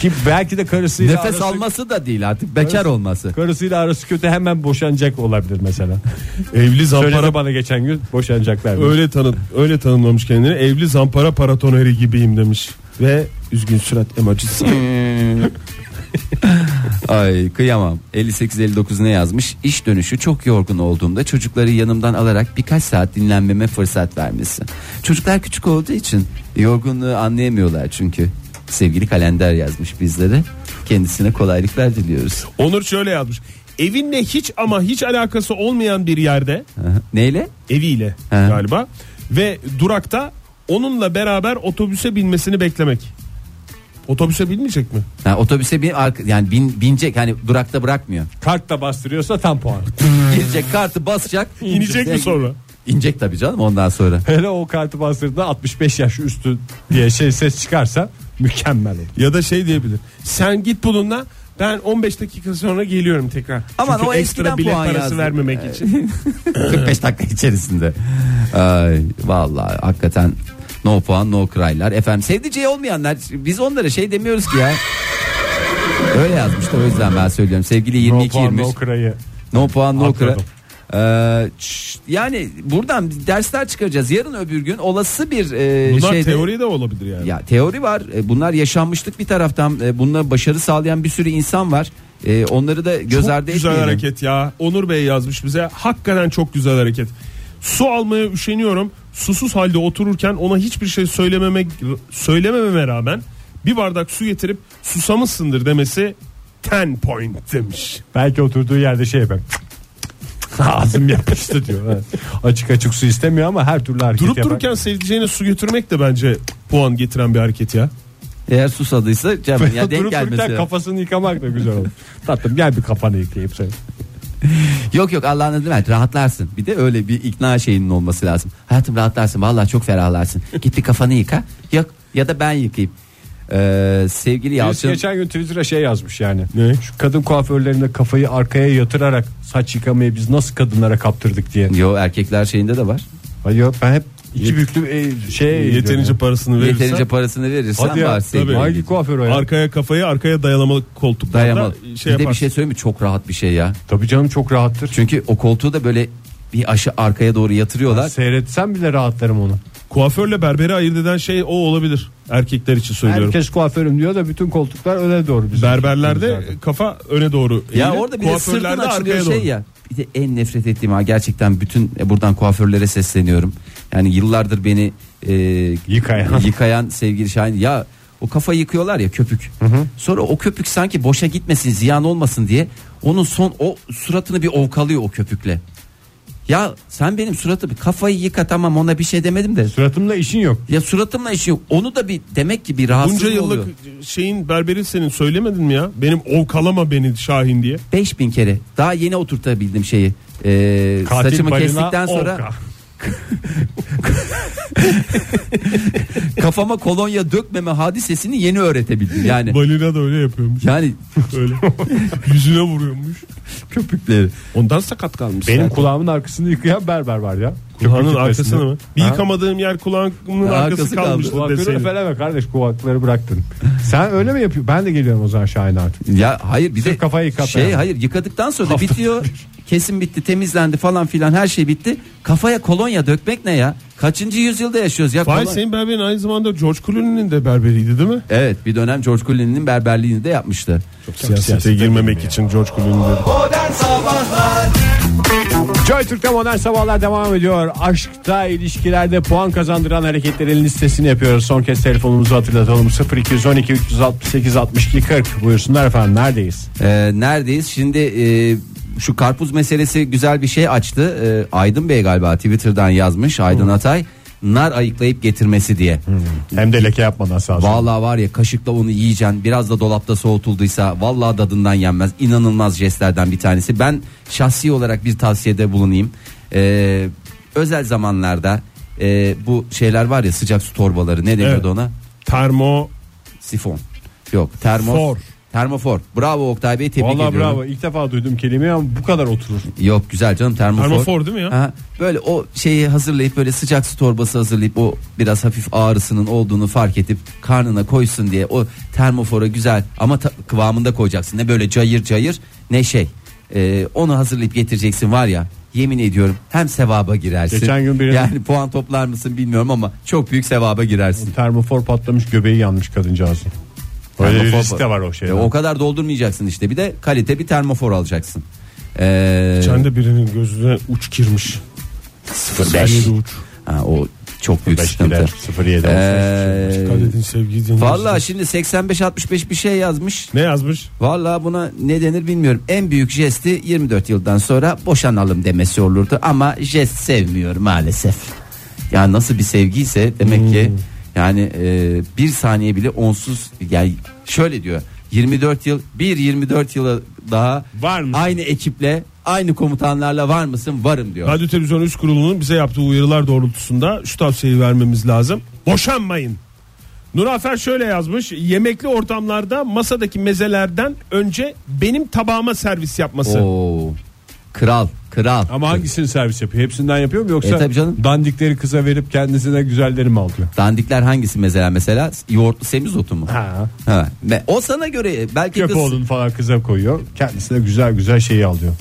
Ki belki de karısıyla Nefes arası, alması da değil artık bekar olması. karısıyla arası kötü hemen boşanacak olabilir mesela. Evli Söyledi zampara bana geçen gün boşanacaklar. öyle tanı öyle tanımlamış kendini. Evli zampara paratoneri gibiyim demiş ve üzgün surat emojisi. Ay kıyamam. 58-59 ne yazmış? İş dönüşü çok yorgun olduğumda çocukları yanımdan alarak birkaç saat dinlenmeme fırsat vermesi. Çocuklar küçük olduğu için yorgunluğu anlayamıyorlar çünkü. Sevgili kalender yazmış bizlere. Kendisine kolaylıklar diliyoruz. Onur şöyle yazmış. Evinle hiç ama hiç alakası olmayan bir yerde Aha. Neyle? eviyle He. galiba ve durakta onunla beraber otobüse binmesini beklemek. Otobüse binmeyecek mi? Ha, otobüse bin, arka- yani bin, binecek hani durakta bırakmıyor. Kart da bastırıyorsa tam puan. Girecek kartı basacak. Hmm. İnecek mi sonra? İnecek tabii canım ondan sonra. Hele o kartı bastırdığında 65 yaş üstü diye şey ses çıkarsa mükemmel olur. Ya da şey diyebilir. Sen git bununla ben 15 dakika sonra geliyorum tekrar. Aman Çünkü o ekstra eskiden bilet puan parası yazdı. vermemek için. 45 dakika içerisinde. Ay, vallahi hakikaten no puan no cry'lar. Efendim sevdiceği olmayanlar biz onlara şey demiyoruz ki ya. Öyle yazmıştı o yüzden ben söylüyorum. Sevgili 22 no puan 23. no krayı. No puan no cry. Atladım. Ee, ç- yani buradan dersler çıkaracağız. Yarın öbür gün olası bir e, Bunlar şeyde- teori de olabilir yani. ya teori var. E, Bunlar yaşanmışlık bir taraftan. E, Bununla başarı sağlayan bir sürü insan var. E, onları da göz Çok ardı güzel etmeyelim. hareket ya. Onur Bey yazmış bize. Hakikaten çok güzel hareket. Su almaya üşeniyorum. Susuz halde otururken ona hiçbir şey söylememe söylemememe rağmen bir bardak su getirip susamışsındır demesi 10 point demiş. Belki oturduğu yerde şey yapayım. Ağzım yapıştı diyor. Evet. Açık açık su istemiyor ama her türlü hareket Durup yapar. dururken sevdiceğine su götürmek de bence puan getiren bir hareket ya. Eğer susadıysa canım ya denk durup dururken gelmesi. kafasını yıkamak da güzel olur. Tatlım gel bir kafanı yıkayayım sen. Yok yok Allah'ın adını ver rahatlarsın. Bir de öyle bir ikna şeyinin olması lazım. Hayatım rahatlarsın vallahi çok ferahlarsın. Git bir kafanı yıka. Yok ya da ben yıkayayım. Ee, sevgili Birisi Yalçın geçen gün Twitter'a şey yazmış yani. Ne? Şu kadın kuaförlerinde kafayı arkaya yatırarak saç yıkamayı biz nasıl kadınlara kaptırdık diye. Yo erkekler şeyinde de var. Hayır ben hep iki büklü e, şey Yeterince parasını verirsen Yeterince parasını verirsen Hadi ya, var sevgili. tabii. Hangi kuaför o ya? arkaya kafayı arkaya dayalamalı koltuklarda Dayamalı. şey bir de bir yaparsın. şey söyleyeyim mi? Çok rahat bir şey ya. Tabii canım çok rahattır. Çünkü o koltuğu da böyle bir aşı arkaya doğru yatırıyorlar. Seyretsem bile rahatlarım onu. Kuaförle berberi ayırt eden şey o olabilir. Erkekler için söylüyorum. Herkes kuaförüm diyor da bütün koltuklar öne doğru. bizim. Berberlerde Bizim kafa öne doğru. Ya eğilir, orada bir de sırtın kuaförlerde açılıyor arkaya şey doğru. ya. Bir de en nefret ettiğim ha gerçekten bütün e, buradan kuaförlere sesleniyorum. Yani yıllardır beni e, Yıkayan. yıkayan sevgili Şahin ya o kafa yıkıyorlar ya köpük. Sonra o köpük sanki boşa gitmesin, ziyan olmasın diye onun son o suratını bir ovkalıyor o köpükle. Ya sen benim suratımı kafayı yıka tamam ona bir şey demedim de. Suratımla işin yok. Ya suratımla işi yok. Onu da bir demek ki bir rahatsız Bunca yıllık oluyor. şeyin berberin senin söylemedin mi ya? Benim ovkalama beni Şahin diye. 5000 kere daha yeni oturtabildim şeyi. Ee, Katil saçımı balina kestikten sonra orka. kafama kolonya dökmeme hadisesini yeni öğretebildim. Yani Balina da öyle yapıyormuş. yani Öyle. Yüzüne vuruyormuş. köpükleri. Ondan sakat kalmış. Benim zaten. kulağımın arkasını yıkayan berber var ya. kulağının Köpük arkasını tepesinde. mı? Bir Ha? yıkamadığım yer kulağımın Ya, arkası arkası kaldı. kalmıştı Kulakları deseydin. öfeleme kardeş kulakları bıraktın. Sen öyle mi yapıyorsun? Ben de geliyorum o zaman Şahin artık. Ya hayır bir de Sırf kafayı yıkat şey yani. hayır yıkadıktan sonra da bitiyor. Kesin bitti, temizlendi falan filan her şey bitti. Kafaya kolonya dökmek ne ya? Kaçıncı yüzyılda yaşıyoruz ya? Fahir Kolon- senin berberin aynı zamanda George Clooney'nin de berberiydi değil mi? Evet, bir dönem George Clooney'nin berberliğini de yapmıştı. Siyasete girmemek için George Clooney'nin de. Joy Türk'te modern sabahlar devam ediyor. Aşkta ilişkilerde puan kazandıran hareketlerin listesini yapıyoruz. Son kez telefonumuzu hatırlatalım. 0212 368 62 40 buyursunlar efendim neredeyiz? Ee, neredeyiz? Şimdi e, şu karpuz meselesi güzel bir şey açtı. Ee, Aydın Bey galiba Twitter'dan yazmış Aydın Atay. Nar ayıklayıp getirmesi diye. Hem de leke yapmadan sağ olsun. Vallahi var ya kaşıkla onu yiyeceksin. Biraz da dolapta soğutulduysa vallahi tadından yenmez. İnanılmaz jestlerden bir tanesi. Ben şahsi olarak bir tavsiyede bulunayım. Ee, özel zamanlarda e, bu şeyler var ya sıcak su torbaları ne deniyordu Evet. ona? Termo Sifon. Yok termo. For. Termofor. Bravo Oktay Bey tebrik Vallahi ediyorum. bravo ilk defa duydum kelimeyi ama bu kadar oturur. Yok güzel canım termofor. Termofor değil mi ya? Ha, böyle o şeyi hazırlayıp böyle sıcak su torbası hazırlayıp o biraz hafif ağrısının olduğunu fark edip karnına koysun diye o termofora güzel ama ta- kıvamında koyacaksın. Ne böyle cayır cayır ne şey. Ee, onu hazırlayıp getireceksin var ya yemin ediyorum hem sevaba girersin. Geçen gün birinin- Yani puan toplar mısın bilmiyorum ama çok büyük sevaba girersin. Termofor patlamış göbeği yanmış kadıncağızın. Öyle bir Termofor- risk de var o şeyde. Ya o kadar doldurmayacaksın işte bir de kalite bir termofor alacaksın. Ee, Çende birinin gözüne uç girmiş. 05. Ha, o çok büyük 05 sıkıntı. girer, 07 olsun. Ee, Dikkat edin sevgili dinleyiciler. Vallahi şimdi 85-65 bir şey yazmış. ne yazmış? Vallahi buna ne denir bilmiyorum. En büyük jesti 24 yıldan sonra boşanalım demesi olurdu. Ama jest sevmiyor maalesef. Ya nasıl bir sevgiyse demek ki Hmm. yani e, bir saniye bile onsuz yani şöyle diyor. 24 yıl bir 24 yıla daha Var mısın? aynı ekiple aynı komutanlarla var mısın varım diyor. Radyo Televizyon Üst Kurulu'nun bize yaptığı uyarılar doğrultusunda şu tavsiyeyi vermemiz lazım. Boşanmayın. Nurafer şöyle yazmış. Yemekli ortamlarda masadaki mezelerden önce benim tabağıma servis yapması. Oo, kral kral. Ama hangisini servis yapıyor? Hepsinden yapıyor mu yoksa E, tabii canım. dandikleri kıza verip kendisine güzelleri mi alıyor? Dandikler hangisi mesela mesela yoğurtlu semizotu mu? Ha. Ha. Ve o sana göre belki kız Köpoğlunu falan kıza koyuyor. Kendisine güzel güzel şeyi alıyor.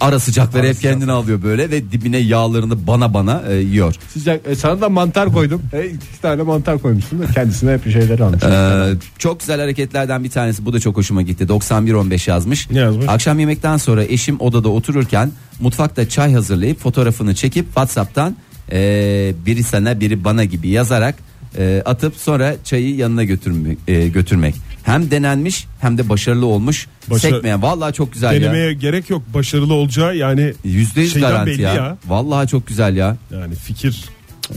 ara sıcakları hep kendine alıyor böyle ve dibine yağlarını bana bana e, yiyor. Sıcak, e, sana da mantar koydum. E, iki tane mantar koymuşsun da kendisine hep bir şeyleri almış. Ee, çok güzel hareketlerden bir tanesi bu da çok hoşuma gitti. 9115 yazmış. Ne yazmış? Akşam yemekten sonra eşim odada otururken mutfakta çay hazırlayıp fotoğrafını çekip WhatsApp'tan e, biri sana biri bana gibi yazarak e, atıp sonra çayı yanına götürme, e, götürmek. Hem denenmiş hem de başarılı olmuş. Başa- Sekmeyen vallahi çok güzel ya. Denemeye gerek yok. Başarılı olacağı yani Yüzde yüz şeyden garanti belli ya. ya. Vallahi çok güzel ya. yani fikir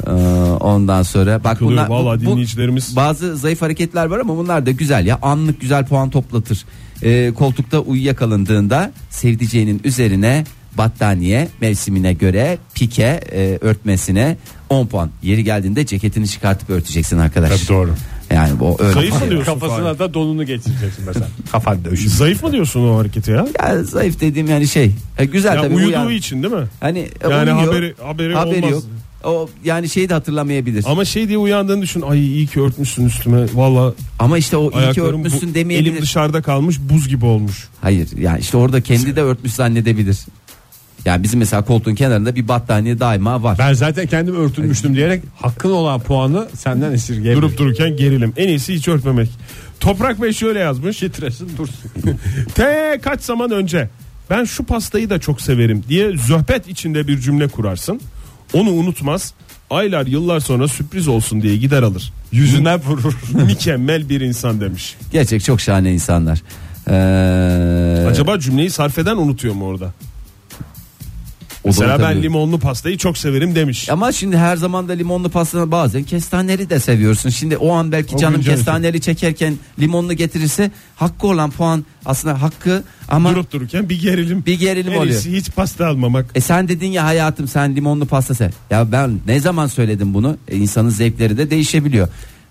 Ee, ondan sonra bak Kılıyor bunlar bu- vallahi bu- dinleyicilerimiz. bazı zayıf hareketler var ama bunlar da güzel ya. Anlık güzel puan toplatır. Ee, koltukta uyuyakalındığında sevdiceğinin üzerine battaniye mevsimine göre pike e, örtmesine 10 puan. Yeri geldiğinde ceketini çıkartıp örteceksin arkadaş. Tabii doğru. Yani bu öyle. Zayıf mı diyorsun? Kafasına Fahir? da donunu geçireceksin mesela. Kafan dövüşü. Zayıf mı diyorsun o hareketi ya? Ya zayıf dediğim yani şey. E, güzel Ya tabii. uyuduğu uyan- için değil mi? Hani e, Yani uyuyor, haberi- haberi olmaz. Yok. O yani şeyi de hatırlamayabilir. Ama şey diye uyandığını düşün. Ay iyi ki örtmüşsün üstüme. Valla Ama işte o iyi ki ayaklarım örtmüşsün bu- demeyebilir. elim dışarıda kalmış buz gibi olmuş. Hayır yani işte orada kendi de örtmüş zannedebilir. Yani bizim mesela koltuğun kenarında bir battaniye daima var. Ben zaten kendim e, örtülmüştüm diyerek hakkın olan puanı senden esirgeyebilirim. Durup dururken gerilim. En iyisi hiç örtmemek. Toprak Bey şöyle yazmış. Titresin dursun. Te kaç zaman önce ben şu pastayı da çok severim diye zöhbet içinde bir cümle kurarsın. Onu unutmaz. Aylar yıllar sonra sürpriz olsun diye gider alır. Yüzüne vurur. Mükemmel bir insan demiş. Gerçek çok şahane insanlar. Ee, Acaba cümleyi sarf eden unutuyor mu orada? o da Mesela ben olabilir. limonlu pastayı çok severim demiş. ama şimdi her zaman da limonlu pastana bazen kestaneli de seviyorsun. Şimdi o an belki O canım gün canı kestaneli çekerken limonlu getirirse hakkı olan puan aslında hakkı ama Durup dururken bir gerilim. bir gerilim En oluyor. iyisi hiç pasta almamak. E sen dedin ya hayatım sen limonlu pasta sev. Ya ben ne zaman söyledim bunu? E, insanın zevkleri de değişebiliyor.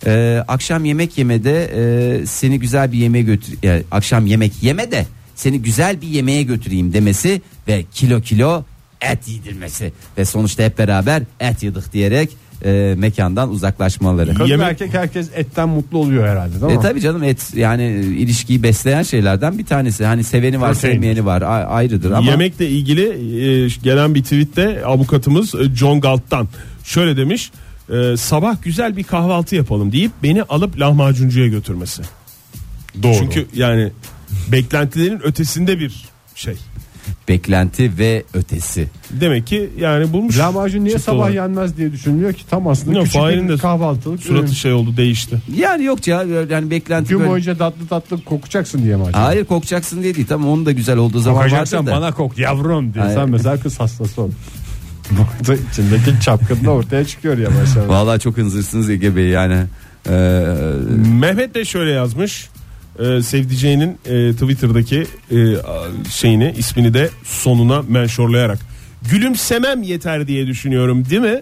E, akşam yemek yemede e, seni güzel bir yemeğe götür ya, akşam yemek yeme de seni güzel bir yemeğe götüreyim demesi ve kilo kilo et yedirmesi ve sonuçta hep beraber et yedik diyerek e, mekandan uzaklaşmaları. Kadın Yemek- erkek herkes etten mutlu oluyor herhalde değil mi? E tabi canım et yani e, ilişkiyi besleyen şeylerden bir tanesi. Hani seveni var, Protein. sevmeyeni var. a- ayrıdır ama Yemekle ilgili e, gelen bir tweette avukatımız e, John Galt'tan şöyle demiş. e, sabah güzel bir kahvaltı yapalım deyip beni alıp lahmacuncuya götürmesi. Doğru. Çünkü yani beklentilerin ötesinde bir şey. beklenti ve ötesi. Demek ki yani bulmuş. Lahmacun niye Çıktı sabah olarak. yenmez diye düşünülüyor ki tam aslında Yok, küçük Fahir'in bir de kahvaltılık Suratı ürün. şey oldu değişti. Yani yok ya yani beklenti Gün böyle- boyunca tatlı tatlı kokacaksın diye mi acaba? Hayır kokacaksın dedi. Tamam onun da güzel olduğu zaman vardır Kokacaksan da. bana kok yavrum diye. Hayır. Sen mesela kız hastası ol. Bu da içindeki çapkın da ortaya çıkıyor yavaş yavaş. Vallahi çok hınzırsınız Ege Bey yani. Ee, Mehmet de şöyle yazmış. Ee, sevdiceğinin e, Twitter'daki e, a- şeyini ismini de sonuna menşorlayarak gülümsemem yeter diye düşünüyorum değil mi?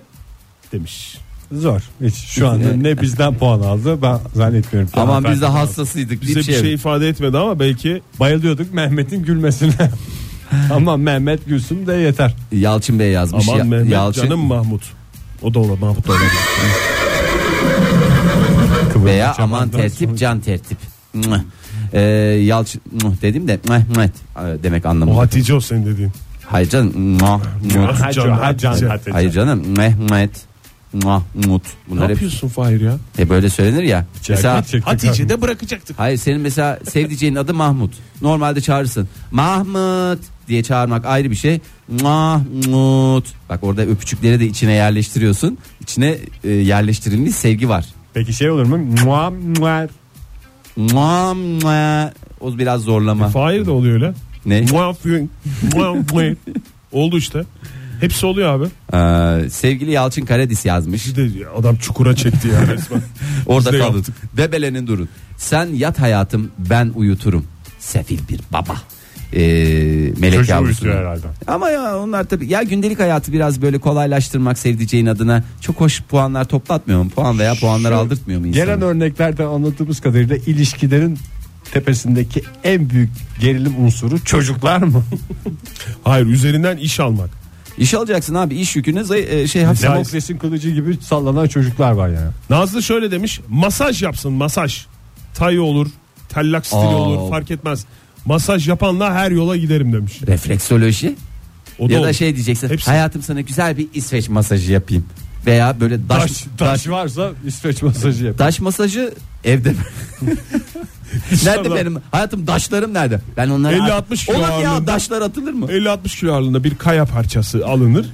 Demiş. Zor. Hiç şu anda ne bizden puan aldı ben zannetmiyorum. ki aman hanımefendi biz de puan aldı. hassasıydık. Bize bir şey, ifade etmedi ama belki Bayılıyorduk Mehmet'in gülmesine. Ama Mehmet gülsün de yeter. Yalçın Bey yazmış. aman Ya- şey- Mehmet Yalçın canım Mahmut. O da ola Mahmut da olabilir. veya Kıvırcık aman amandan tertip sonra- can tertip. Mwah. Ee, Yalçın mwah dedim de mwah, mwah E, demek O anlamı. Hatice o senin dediğin. Hayır canım. mwah, mwah. Hacı, hacı, Hatice. hacı. Hayır canım. mwah, mwah, mwah, mut. Ne Bunlar hep yapıyorsun şey Fahir ya? e, böyle söylenir ya. Mesela Gerçekten Hatice de bırakacaktık. Hayır senin mesela sevdiceğinin adı Mahmut. Normalde çağırırsın. Mahmut diye çağırmak ayrı bir şey. Mahmut. Bak orada öpücükleri de içine yerleştiriyorsun. İçine e, yerleştirilmiş sevgi var. Peki şey olur mu? Mua, mua. Mua, mua. O biraz E, zorlama. Fahir de oluyor öyle. Ne? Muafiyun, muafiyun. Oldu işte. Hepsi oluyor abi. Ee, sevgili Yalçın Karadis yazmış. Bir de adam çukura çekti ya resmen. Orada Biz de kalın. yaptık. Bebelenin durun. Sen yat hayatım ben uyuturum. Sefil bir baba. Ee, melek Çocuğu yavrusunu. uyutuyor herhalde. Ama ya onlar tabii ya gündelik hayatı biraz böyle kolaylaştırmak sevdiceğin adına çok hoş puanlar toplatmıyor mu? Puan veya puanlar Şu aldırtmıyor mu insanı? Gelen örneklerden anlattığımız kadarıyla ilişkilerin tepesindeki en büyük gerilim unsuru çocuklar mı? Hayır üzerinden iş almak. İş alacaksın abi iş yükünü zay- e, şey hafif. Demokrasinin kılıcı gibi sallanan çocuklar var yani. Nazlı şöyle demiş masaj yapsın masaj. Tay olur tellak stili Aa. olur fark etmez. Masaj yapanla her yola giderim demiş. Refleksoloji O da, ya da olur. şey diyeceksin Hepsi. hayatım sana güzel bir İsveç masajı yapayım. Veya böyle daş, Taş, taş varsa İsveç masajı yap. Daş masajı evde. nerede Dışarıda. benim hayatım daşlarım nerede? Ben onları 50-60 kilo Olur ya ağırlığında. daşlar atılır mı? 50-60 kilo ağırlığında bir kaya parçası alınır.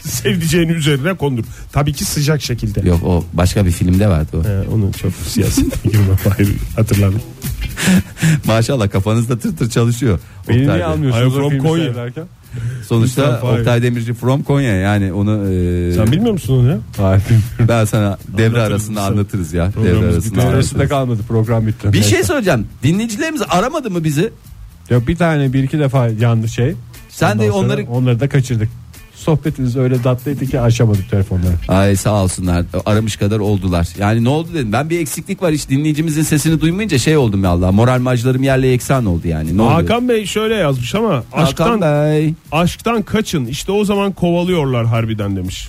sevdiceğinin üzerine kondur. Tabii ki sıcak şekilde. Yok o başka bir filmde vardı o. Ee, onu çok siyasetine girme hayır hatırladım. Maşallah kafanızda tır tır çalışıyor. Beni Oktay niye Bey. almıyorsunuz Ay, o from filmi Konya. seyrederken? Sonuçta Lütfen, Fahir. Oktay Demirci from Konya yani onu e, Ee, Sen bilmiyor musun onu ya? Hayır. ben sana devre Anlatırız arasında sana. anlatırız ya. Devre Programımız arasında. biter. anlatırız. Arasında kalmadı program bitti. Bir Neyse. şey söyleyeceğim. Dinleyicilerimiz aramadı mı bizi? Ya bir tane bir iki defa yandı şey. Sen de Ondan sonra onları- onları da kaçırdık. Sohbetiniz öyle tatlıydı ki açamadık telefonları. Ay sağ olsunlar aramış kadar oldular. Yani ne oldu dedim ben bir eksiklik var hiç dinleyicimizin sesini duymayınca şey oldum ya Allah moral majlarım yerle eksan oldu yani. Ne oluyor? Hakan Bey şöyle yazmış ama Hakan aşktan Bey. aşktan kaçın. İşte o zaman kovalıyorlar harbiden demiş.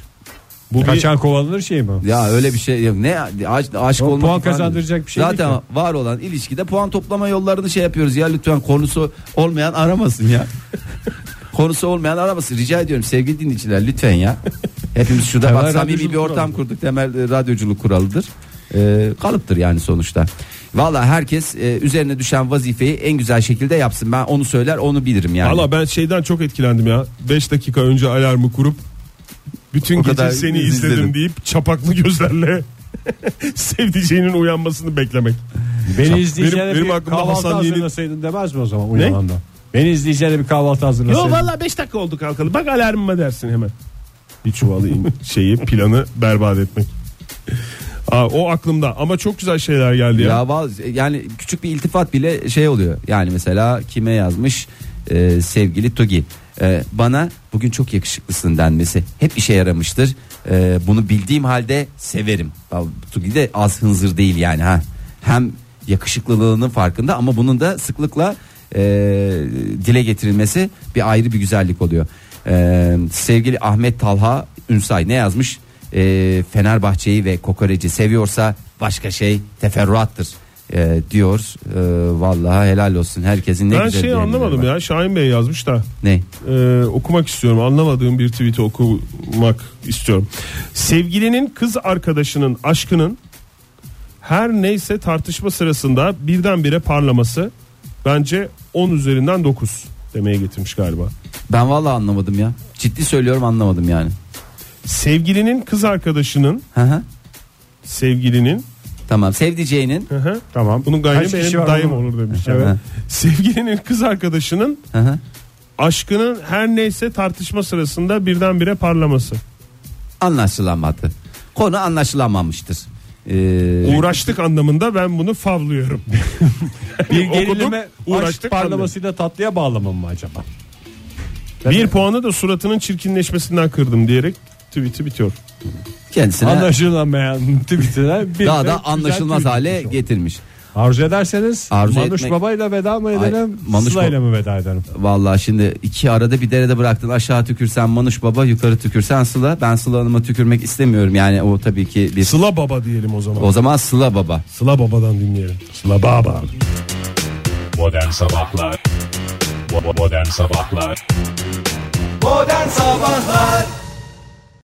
Bu bir- Kaçan kovalanır şey mi? Ya öyle bir şey yok. Ne aşk, aşk Yok, olmak puan ifade- kazandıracak bir şey değil Zaten var olan ilişkide puan toplama yollarını şey yapıyoruz. Ya lütfen konusu olmayan aramasın ya. konusu olmayan aramasın. Rica ediyorum sevgili dinleyiciler lütfen ya. Hepimiz şurada Temel bak samimi radyoculuk bir ortam kuralı. kurduk. Temel e, radyoculuk kuralıdır. E, kalıptır yani sonuçta. Valla herkes e, üzerine düşen vazifeyi en güzel şekilde yapsın. Ben onu söyler onu bilirim yani. Valla ben şeyden çok etkilendim ya. 5 dakika önce alarmı kurup bütün O kadar gece seni izledim. izledim, deyip çapaklı gözlerle sevdiceğinin uyanmasını beklemek. Beni izleyeceğine Benim- benim bir aklımda kahvaltı Hasan Yeni- hazırlasaydın demez mi o zaman uyananda? Beni izleyeceğine bir kahvaltı hazırlasaydın. Yo valla 5 dakika oldu kalkalı. Bak alarmıma dersin hemen. Bir çuvalı in- şeyi planı berbat etmek. Aa, o aklımda ama çok güzel şeyler geldi ya. Ya bazı yani küçük bir iltifat bile şey oluyor. Yani mesela kime yazmış Ee, sevgili Togi. Ee, bana bugün çok yakışıklısın denmesi hep işe yaramıştır. Ee, bunu bildiğim halde severim. Ya, Togi de az hınzır değil yani ha. Hem yakışıklılığının farkında ama bunun da sıklıkla e, dile getirilmesi bir ayrı bir güzellik oluyor. Ee, sevgili Ahmet Talha Ünsay ne yazmış? Ee, Fenerbahçe'yi ve kokoreci seviyorsa başka şey teferruattır ee, diyor. Ee, vallahi helal olsun herkesin ne ben güzel şeyi diyenleri anlamadım var. ya. Şahin Bey yazmış da. Ne? Ee, okumak istiyorum. Anlamadığım bir tweet'i okumak istiyorum. Sevgilinin kız arkadaşının aşkının her neyse tartışma sırasında birdenbire parlaması bence 10 üzerinden 9 demeye getirmiş galiba. Ben vallahi anlamadım ya. Ciddi söylüyorum anlamadım yani. Sevgilinin kız arkadaşının Hı hı. sevgilinin Tamam. Sevdiceğinin Hı hı. Tamam. bunun gayrı Kaç kişi benim var dayım bunun? olur demiş. Evet. Evet. Sevgilinin kız arkadaşının hı hı. aşkının her neyse tartışma sırasında birdenbire parlaması. anlaşılamadı. Konu anlaşılamamıştır. Ee, Uğraştık anlamında ben bunu favlıyorum. Bir Okudum, gerilime aşk uğraştık, parlamasıyla tatlıya bağlamam mı acaba? Bir puanı da suratının çirkinleşmesinden kırdım diyerek tweet'i bitiyor. kendisine Anlaşılamayan tweetine bir daha de da güzel anlaşılmaz tweet hale atmış oldu. getirmiş. Arzu ederseniz Arzu Manuş etmek- Baba ile veda mı Ay, edelim? Manuş Sıla ile Baba- mi veda edelim? Vallahi şimdi iki arada bir derede bıraktın. Aşağı tükürsen Manuş Baba, yukarı tükürsen Sıla. Ben Sıla Hanım'a tükürmek istemiyorum. Yani o tabii ki bir... Sıla Baba diyelim o zaman. O zaman Sıla Baba. Sıla Baba'dan dinleyelim. Sıla Baba. Modern Sabahlar Bo- Modern Sabahlar Modern Sabahlar